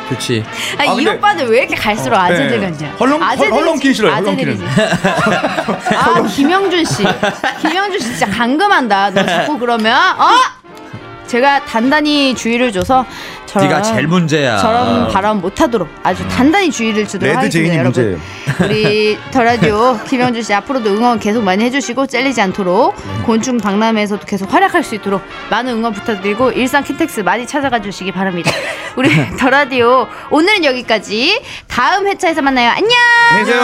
Speaker 3: 좋지.
Speaker 2: 아니,
Speaker 5: 아,
Speaker 2: 이
Speaker 5: 근데-
Speaker 2: 오빠는 왜 이렇게
Speaker 3: 네.
Speaker 2: 갈수록 아재들 같냐?
Speaker 5: 헐렁- 헐-
Speaker 2: 아재들이지,
Speaker 5: 헐렁킨 싫어요,
Speaker 2: 아재들이지. 아 김영준 씨, 김영준 씨 진짜 강금한다. 너 자꾸 그러면 어? 제가 단단히 주의를 줘서 저런
Speaker 3: 네가 제일 문제야.
Speaker 2: 아.
Speaker 3: 아.
Speaker 2: 저런 발언 못하도록 아주 단단히 주의를 주도록
Speaker 5: 레드
Speaker 2: 하겠습니다,
Speaker 5: 제인이
Speaker 2: 여러분.
Speaker 5: 문제예요.
Speaker 2: 우리 더 라디오 김영준 씨 앞으로도 응원 계속 많이 해주시고 젤리지 않도록
Speaker 5: 네.
Speaker 2: 곤충 박람회에서도 계속 활약할 수 있도록 많은 응원 부탁드리고 일상 킨텍스 많이 찾아가 주시기 바랍니다. 우리 더 라디오 오늘은 여기까지 다음 회차에서 만나요. 안녕.
Speaker 5: 안녕히 계세요.